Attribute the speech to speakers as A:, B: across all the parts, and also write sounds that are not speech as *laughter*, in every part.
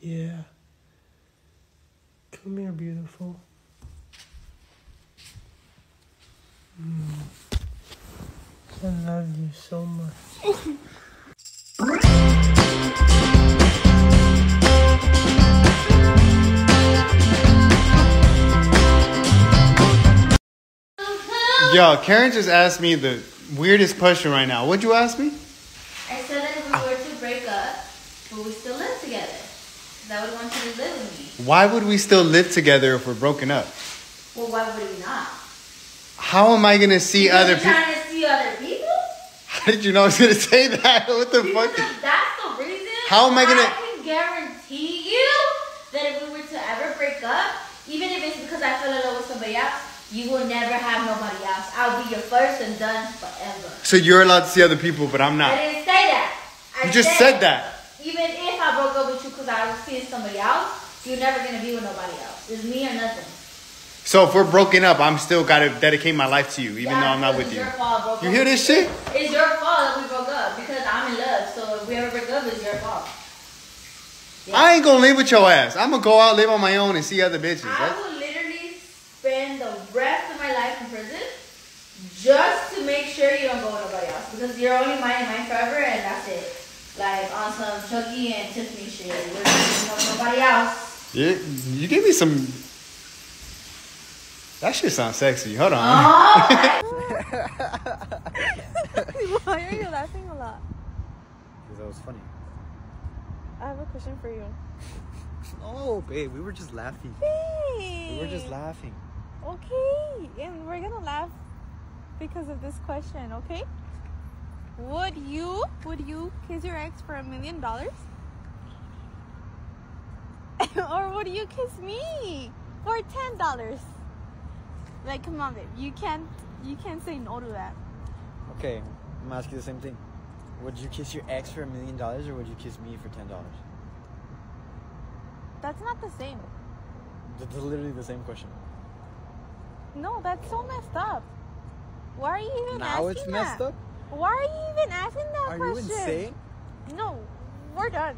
A: Yeah. Come here, beautiful. Mm. I love you so much.
B: Yo, Karen just asked me the weirdest question right now. What'd you ask me?
C: I said that if
B: Ah.
C: we were to break up, but we still live together. 'Cause I would want you to live with me.
B: Why would we still live together if we're broken up?
C: Well, why would we not?
B: How am I gonna see
C: Because
B: other
C: you're
B: people?
C: trying to see other people?
B: How *laughs* did you know I was gonna say that? *laughs* What the
C: Because
B: fuck?
C: if that's the reason,
B: How am I gonna-
C: can guarantee you that if we were to ever break up, even if it's because I fell in love with somebody else, you will never have nobody else. I'll be your first and done forever.
B: So you're allowed to see other people, but I'm
C: I
B: not.
C: didn't say that. I
B: You just said that.
C: Even if I broke up with you because I was seeing somebody else, you're never gonna be with nobody else. It's me or nothing.
B: So if we're broken up, I'm still gotta dedicate my life to you, even
C: Yeah,
B: though I'm not
C: because it's
B: with you.
C: Your fault I broke
B: You
C: up
B: hear
C: with
B: this
C: you.
B: shit?
C: It's your fault that we broke up because I'm in love. So if we ever break up, it's your fault.
B: I ain't gonna live with your ass. I'm gonna go out, live on my own, and see other bitches.
C: I
B: That-
C: will literally spend the rest of my life in prison just to make sure you don't go with nobody else because you're only mine and mine forever, and that's it. Like on some Chucky and Tiffany shit, we're not going with nobody else.
B: You, you give me some. That shit sounds sexy. Hold
C: Oh,
B: on.
C: *laughs* right.
D: *laughs* Why are you laughing a lot?
E: Because that was funny.
D: I have a question for you.
E: Oh, babe, we were just laughing. We were just laughing.
D: Okay, and we're gonna laugh because of this question, okay? Would you would you kiss your ex for a million dollars? *laughs* Or would you kiss me for ten dollars? Like come on babe, you can't you can't say no to that.
E: Okay, I'm gonna ask you the same thing. Would you kiss your ex for a million dollars or would you kiss me for ten dollars?
D: That's not the same.
E: That's literally the same question.
D: No, that's so messed up. Why are you even
E: now
D: asking
E: it's messed
D: that?
E: up?
D: Why are you even asking that
E: Are you
D: question?
E: insane?
D: No, we're done.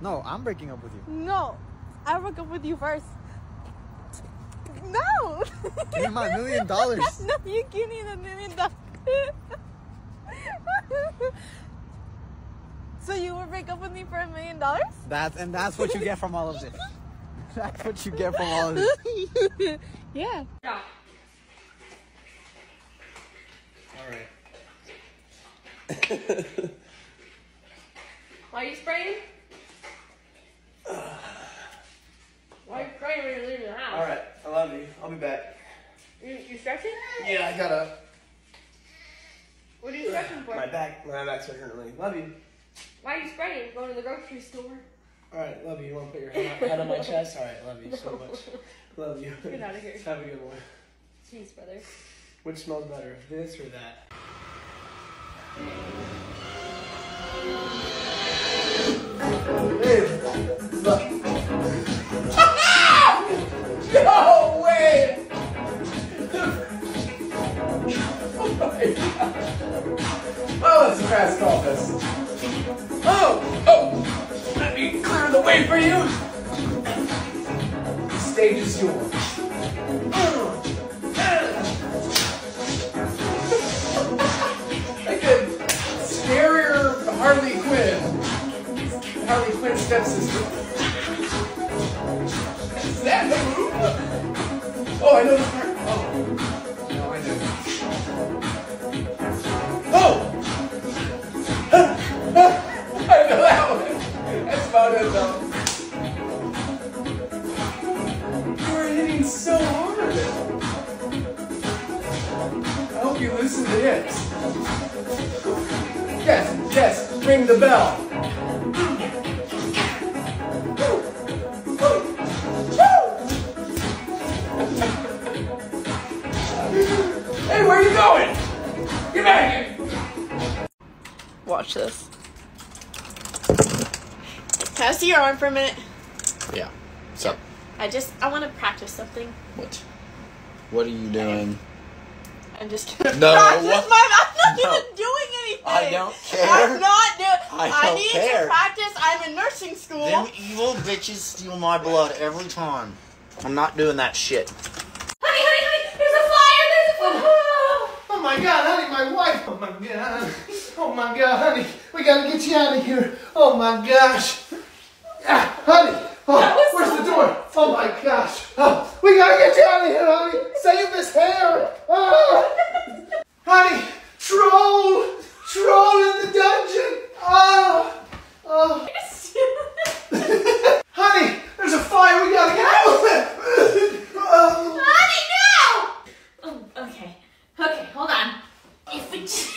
E: No, I'm breaking up with you.
D: No, I broke up with you first. No.
E: Give
D: *laughs*
E: me my million dollars.
D: no, you give me the million dollars. *laughs* so you will break up with me for a million dollars?
E: That's and that's what you get from all of this. *laughs* That's what you get from all of this.
D: *laughs* yeah.
F: Why are you spraying? Why are you spraying when you're leaving the house?
G: Alright, I love you. I'll be back.
F: You, you stretching?
G: Yeah, I gotta.
F: What are you stretching for?
G: My back, my back's hurting really. Love you.
F: Why are you spraying? Going to the grocery store.
G: Alright, love you. You wanna put your hand, hand on my chest? Alright, love you so
F: *laughs*
G: much. Love you.
F: Get out of here.
G: Have a good one.
F: Jeez, brother.
G: Which smells better, this or that? *laughs* No way! Oh, it's a fast call, this. Oh, oh! Let me clear the way for you. Stage is yours. Like a scarier Harley Quinn. Harley Quinn stepsister. Is that the move? Oh, I know the part. Oh. No, I do. Oh! I know that one. That's about it, though. You were hitting so hard. I hope you loosen the hips. Yes, yes, ring the bell. Hey, where are you going? Get back here.
H: Watch this. Can I see your arm for a minute?
E: Yeah. So
H: I just I want to practice something.
E: what? What are you doing?
H: I'm just gonna
E: *laughs* No, *laughs*
H: practice
I: *laughs*
H: *laughs*
E: what-
H: my. I'm not
E: No.
H: even doing anything.
E: I don't
H: I'm
E: care. *laughs*
H: not doing.
B: I don't
D: I need
B: care.
D: to practice. I'm in nursing school.
B: Them evil bitches steal my blood every time. I'm not doing that shit.
C: Honey, honey, honey, there's a fire, there's a fire.
G: Oh my god, honey, my wife! Oh my god. Oh my god, honey. We gotta get you out of here. Oh my gosh. Ah, honey. Oh, where's the door? Oh my gosh. Oh, we gotta get you out of here, honey. Save this hair. Ah. honey, troll. Troll in the dungeon. Oh. Oh. honey, there's a fire. We gotta get out of it. Oh.
C: Honey, no! Oh, okay. Okay, hold on. If we *laughs* just...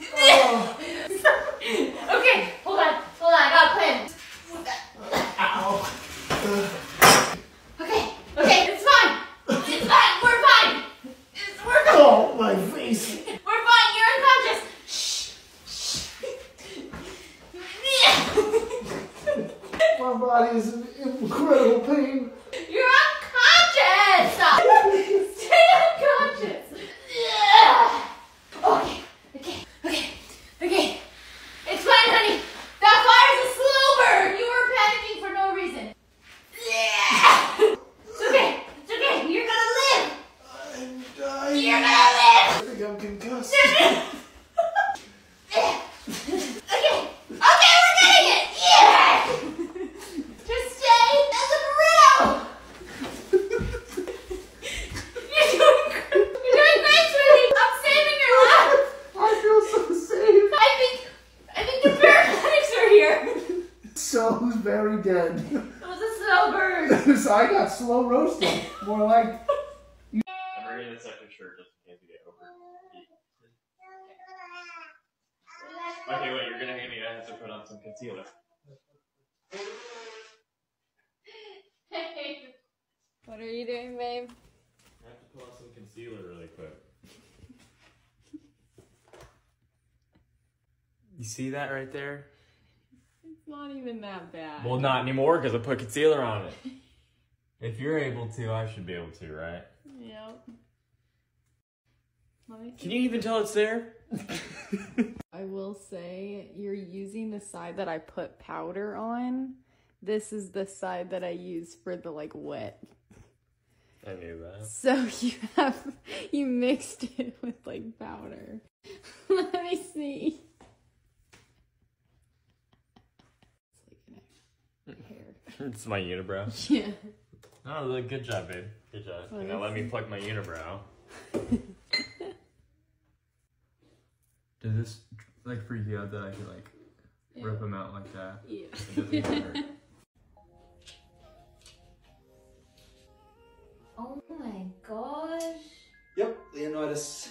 C: okay, hold on. Hold on, I got a plan. Okay, okay, it's fine. It's fine, we're fine. It's, we're fine.
G: *laughs* Oh, my face.
C: We're fine. You're unconscious. Shh. *laughs* Shh.
G: My body is in incredible pain.
C: You're unconscious. Stay unconscious. Okay. Okay. Okay. Okay. It's fine, honey. That fire's a slow burn. You were panicking for no reason. It's okay. It's okay. You're gonna live.
G: I'm dying.
C: You're gonna live.
G: I think I'm concussed.
C: Okay, okay, we're getting it! Yeah! Just stay in the room! You're doing, you're doing great, sweetie! I'm saving your life!
G: I feel so safe.
C: I think, I think the paramedics are here!
G: So very dead. *laughs*
C: It was a slow burn.
G: so I got slow roasted. More like
J: I'm wearing the second shirt just in case you get over. Okay, wait, you're gonna hate me. I have to put on some concealer.
K: What are you doing, babe?
J: I have to put on some concealer really quick. You see that right there?
K: It's not even that bad.
J: Well, not anymore because I put concealer
K: *laughs*
J: on it. If you're able to, I should be able to, right?
K: Yep. Let me
J: Can you even tell it's there?
K: I will say you're using the side that I put powder on. This is the side that I use for the like wet.
J: I knew that.
K: So *laughs* you have you mixed it with like powder. *laughs* Let me see. It's like an hair.
J: It's my unibrow.
K: Yeah.
J: *laughs* Oh, look, good job, babe. Good job.
K: Oh,
J: now let me pluck
G: *laughs*
J: my unibrow. Does this like freak you out that I could like rip them out like that? Yeah.
C: Oh my gosh.
B: Yep, Leonidas.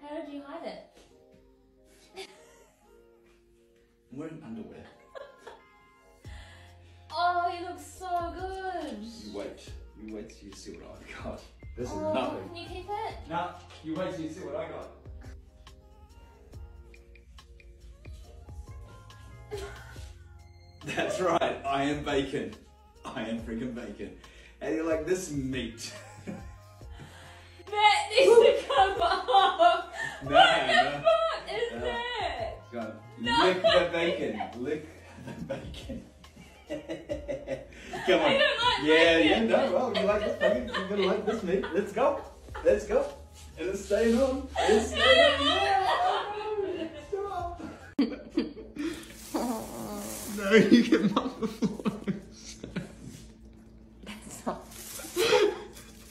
C: How did you hide it?
B: I'm wearing underwear.
C: Oh, you look so good.
B: You wait. You wait till you see what I got. This is
C: Oh, can you keep it?
B: Nah, you wait till you see what I got. That's right, I am bacon. I am freaking bacon. And you're like, this *laughs* meat.
C: That needs to come off.
B: Nah,
C: what the
B: nah.
C: fuck is
B: Nah.
C: that?
B: Go,
C: No.
B: lick the bacon. Lick the
C: *laughs*
B: bacon. Come on.
C: I don't like
B: yeah,
C: bacon.
B: yeah, no, well, you like this bacon, you're gonna like this meat. Let's go. Let's go. And it's staying
C: *laughs*
B: on. It's staying on. No, Stop.
L: No, you get mumble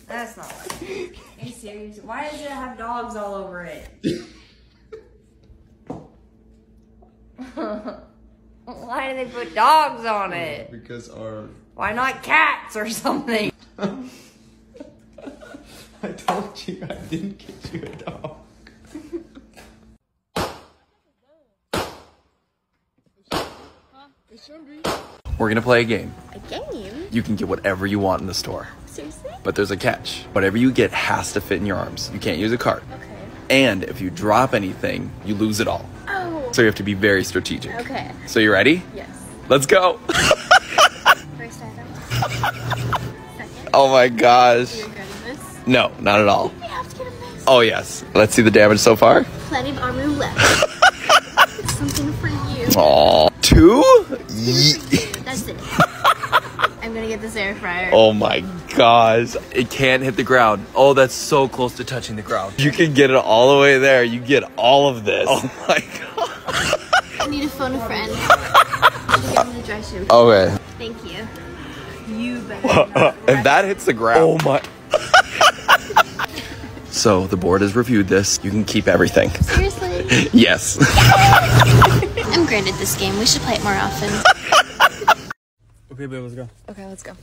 C: That's not right. Are you serious? Why does it have dogs all over it? *laughs* Why do they put dogs on it?
L: because our
C: Why not cats or something?
L: I told you I didn't get you a dog.
I: We're gonna play a game.
D: A game?
I: You can get whatever you want in the store,
D: Seriously?
I: but there's a catch. Whatever you get has to fit in your arms. You can't use a cart.
D: Okay.
I: And if you drop anything, you lose it all.
D: Oh.
I: So you have to be very strategic.
D: Okay.
I: So you ready?
D: Yes.
I: Let's go. *laughs*
D: First
K: *laughs*
D: item. Second.
I: oh my gosh.
D: You're good at this.
I: No, not at all.
D: You have to get a miss.
I: Oh yes. Let's see the damage so far.
D: Plenty of armor left.
H: something for you.
I: Aw. Two? Ye- *laughs*
H: That's it. I'm gonna get this air fryer.
I: Oh my gosh. It can't hit the ground. Oh, that's so close to touching the ground. You can get it all the way there. You get all of this. Oh my
H: I need to phone a friend. I'm gonna dry shampoo.
I: Okay.
H: Thank you. You better.
I: god. *laughs* if that hits the ground. Oh my. *laughs* so the board has reviewed this. You can keep everything.
H: Seriously?
I: *laughs* yes.
H: I'm great at this game. We should play it more often.
J: Okay, babe, let's go.
H: Okay, let's go.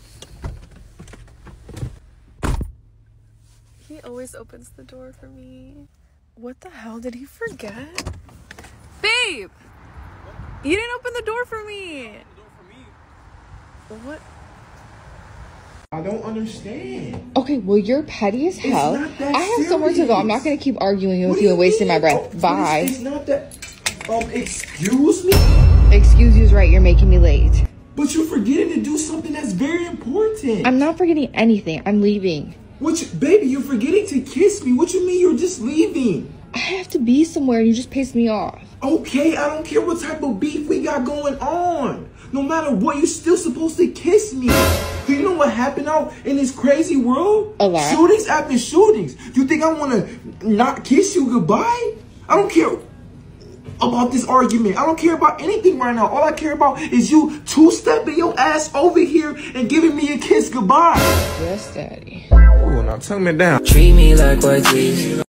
D: He always opens the door for me. What the hell did he forget? Babe! You didn't open the door for me! What?
G: I don't understand.
M: Okay, well, you're petty as hell. I
G: not that
M: have somewhere to go. I'm not going to keep arguing with you and wasting my breath. Bye.
G: Oh, It's not that. Um, excuse me?
M: Excuse you's right. You're making me late.
G: But you're forgetting to do something that's very important.
M: I'm not forgetting anything. I'm leaving.
G: What, you, baby? You're forgetting to kiss me. What you mean? You're just leaving?
M: I have to be somewhere, and you just pissed me off.
G: Okay, I don't care what type of beef we got going on. No matter what, you're still supposed to kiss me. Do you know what happened out in this crazy world?
M: A lot.
G: Shootings after shootings. You think I want to not kiss you goodbye? I don't care about this argument. I don't care about anything right now. All I care about is you two-stepping your ass over here and giving me a kiss goodbye.
M: Yes, Daddy.
G: Oh, now turn me down. Treat me like what Jesus.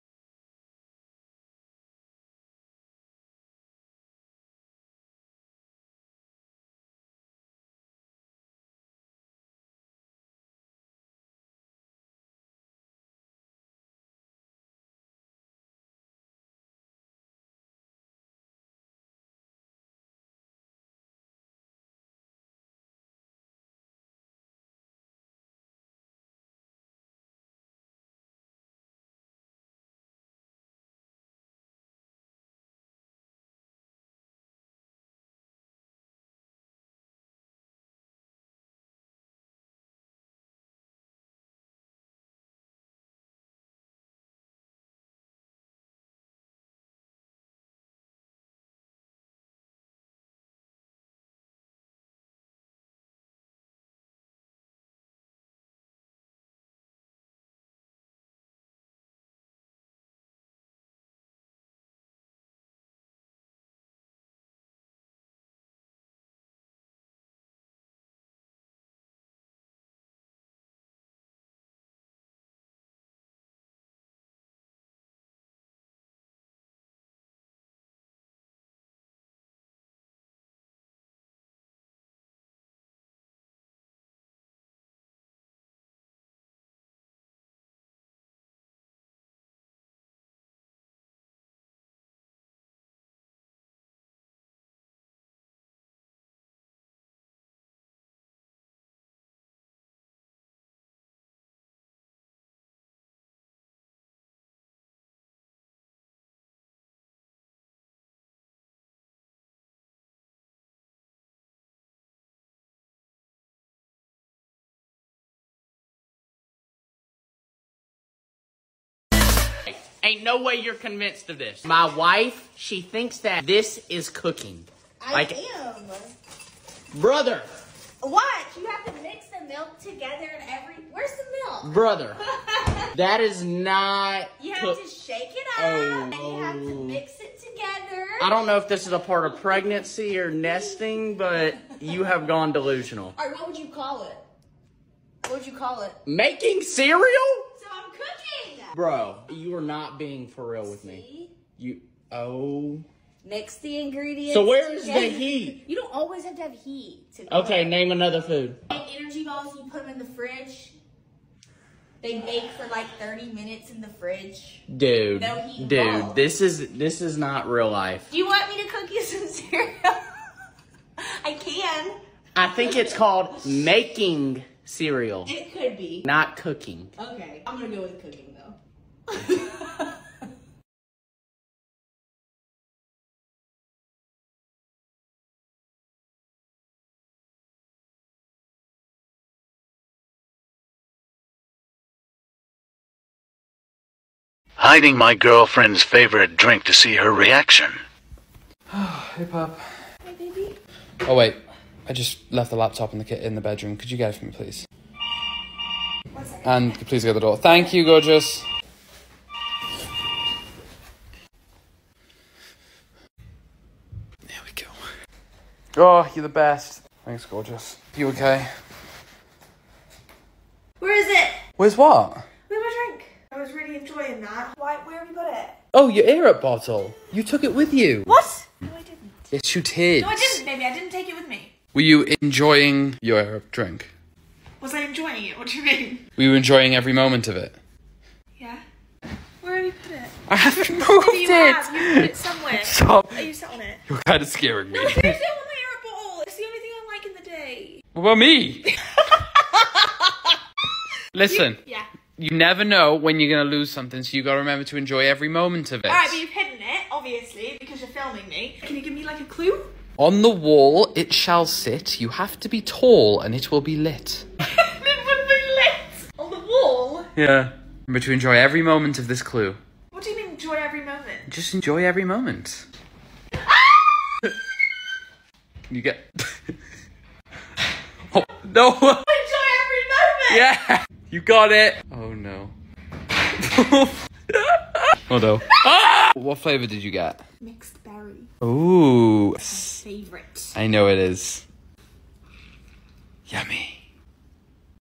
K: Ain't no way you're convinced of this. My wife, she thinks that this is cooking.
C: I
K: like,
C: am.
K: brother,
C: Watch, you have to mix the milk together and every. Where's the milk?
H: *laughs*
K: brother, that is not.
C: You have
K: cook-
C: to shake it up
K: Oh,
C: and you have to
K: oh.
C: mix it together.
K: I don't know if this is a part of pregnancy or nesting, but you have gone delusional.
C: Or what would you call it? What would you call it?
K: Making cereal,
C: So I'm cooking.
K: bro. You are not being for real with me. You. Oh.
C: Mix the ingredients.
K: So where is the
C: together.
K: heat?
C: You don't always have to have heat to cook.
K: Okay. Name another food.
C: Like energy balls, you put them in the fridge. They bake for like 30 minutes in the fridge.
K: Dude.
C: No heat
K: dude.
C: involved.
K: This is this is not real life.
C: Do you want me to cook you some *laughs* cereal? I can.
K: I think it's called making cereal,
C: It could be.
K: not cooking.
C: Okay. I'm gonna go with cooking though.
N: Hiding my girlfriend's favorite drink to see her reaction.
G: hey, Pop.
O: Hi, baby.
G: Oh, wait. I just left the laptop in the ki- in the bedroom. Could you get it for me, please? And could please go to the door. Thank you, gorgeous. There we go. Oh, you're the best. Thanks, gorgeous. You okay?
D: Where is it?
G: Where's what?
D: We have a drink. I was really enjoying that. Why? Where have you got it?
G: Oh, your ear-up bottle. You took it with you.
D: What? No, I didn't.
G: Yes, you did.
D: No, I didn't, baby. I didn't take it with me.
G: Were you enjoying your ear-up drink?
D: Was I enjoying it? What do you mean?
G: Were you enjoying every moment of it?
D: Yeah. Where have you put it?
G: I haven't moved
D: Baby, you
G: it.
D: Have. You put it somewhere.
G: *laughs* Stop.
D: Are you sat on it?
G: You're kind of scaring me.
D: No, seriously, I want my Arab bottle. It's the only thing I like in the day.
G: What about
D: *laughs*
G: me? Listen.
D: You- yeah.
G: You never know when you're gonna lose something, so you gotta remember to enjoy every moment of it.
D: Alright, but you've hidden it, obviously, because you're filming me. Can you give me like a clue?
G: On the wall it shall sit. You have to be tall, and it will be lit.
D: it would be lit on the wall.
G: Yeah. Remember to enjoy every moment of this clue.
D: What do you mean enjoy every moment?
G: Just enjoy every moment. *laughs* you get. oh *laughs* no.
D: Enjoy every moment!
G: Yeah, you got it. Oh
I: *laughs*
G: no. oh no. Ah! What flavor did you get?
D: Mixed berry.
G: Ooh.
D: Favorite.
G: I know it is.
D: Yummy.